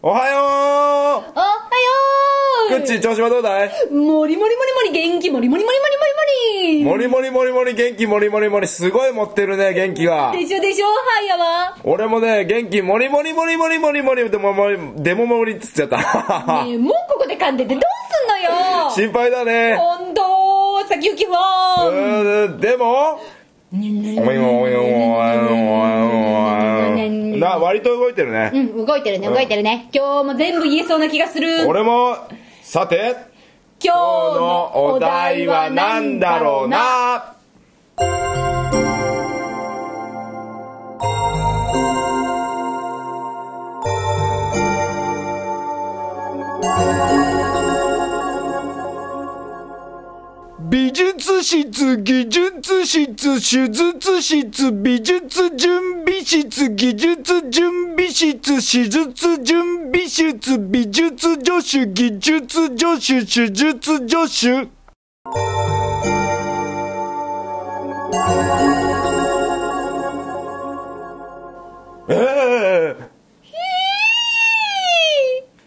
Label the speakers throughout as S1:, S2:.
S1: おはよ
S2: おは
S1: うく
S2: よ
S1: っちー調子はどうだいう
S2: もりもりもりもり元気もりもりもりもりもりも
S1: もりもりもりもり元気もりもりもりすごい持ってるね元気 が
S2: りでしょでしょはやわ
S1: 俺もね元気もりもりもりもりもりもりでももりでももりっつっちゃった
S2: ねえもうここで噛んでてどうすんのよ
S1: 心配だね
S2: 本当先行き
S1: う
S2: は
S1: ーでもおいおいおいおいおいおいな割と動いてるね
S2: うん動いてるね動いてるね今日も全部言えそうな気がする
S1: 俺もさて今
S2: 今日
S1: 日のお題は何だろうな
S3: 美術室、技術室、手術室、美術準備室、技術準備室、手術準備室、美術助手、技術助手、手術助手。
S1: ええ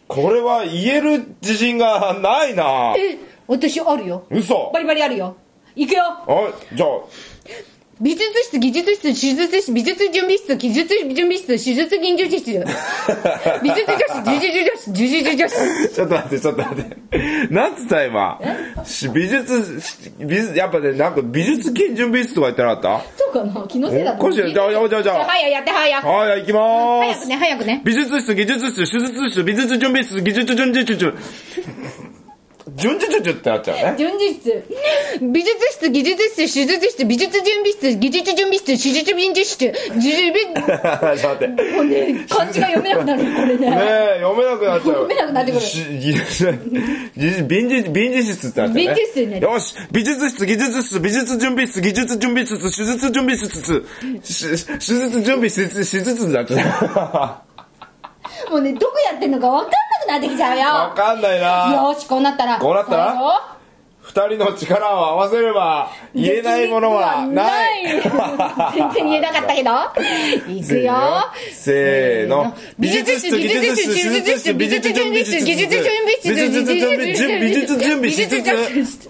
S1: これは言える自信がないな
S2: え私あるよ
S1: 嘘
S2: バリバリあるよ行くよ
S1: あじゃあ
S2: 美術室、技術室、手術室、美術準備室、技術準備室、手術研究室、 美術女子、呪術女子、呪術女子。
S1: ちょっと待って、ちょっと待って。なんつった今。し美術、し美術、やっぱね、なんか美術研準備室とか言ってなかっ
S2: そうかな気のせいだ
S1: おかしいじゃあじゃあじゃあじゃあ
S2: 早やって早
S1: た
S2: や。
S1: はい、行きまー
S2: 早
S1: す
S2: く。ね、早くね。
S1: 美術室、技術室、手術室、美術準備室、技術準備 室、準準準準ってなっちゃうね。
S2: 準備室、美術室、技術室、手術室、美術準備室、技術準備室、手術準備室、術
S1: ちょっと待って。ね
S2: もうね、漢字が読めなくなる、これね。
S1: え、読めなくなっちゃう。
S2: 読めなくなってくる
S1: し技術臨時、臨時室ってなっちゃう、ね。
S2: 臨時室になる
S1: よし美術室、技術室、美術準備室、技術準備室、手術準備室、し手術準備室、手術になっちゃう。
S2: もうね、どこやってんのか分かんなくなってきち
S1: わ
S2: ゃ
S1: かんないうな
S2: よ。よし、こうなったら。
S1: こうなったら
S2: そうだよ
S1: 二人の力を合わせれば言えないものはない
S2: できることはない全然言えなかったけど。いくよ。
S1: せーの
S2: 美術室、技術室、手術室、美術準備室、技術準備室、
S1: 美術準備室美術準備室
S2: 美術準備室。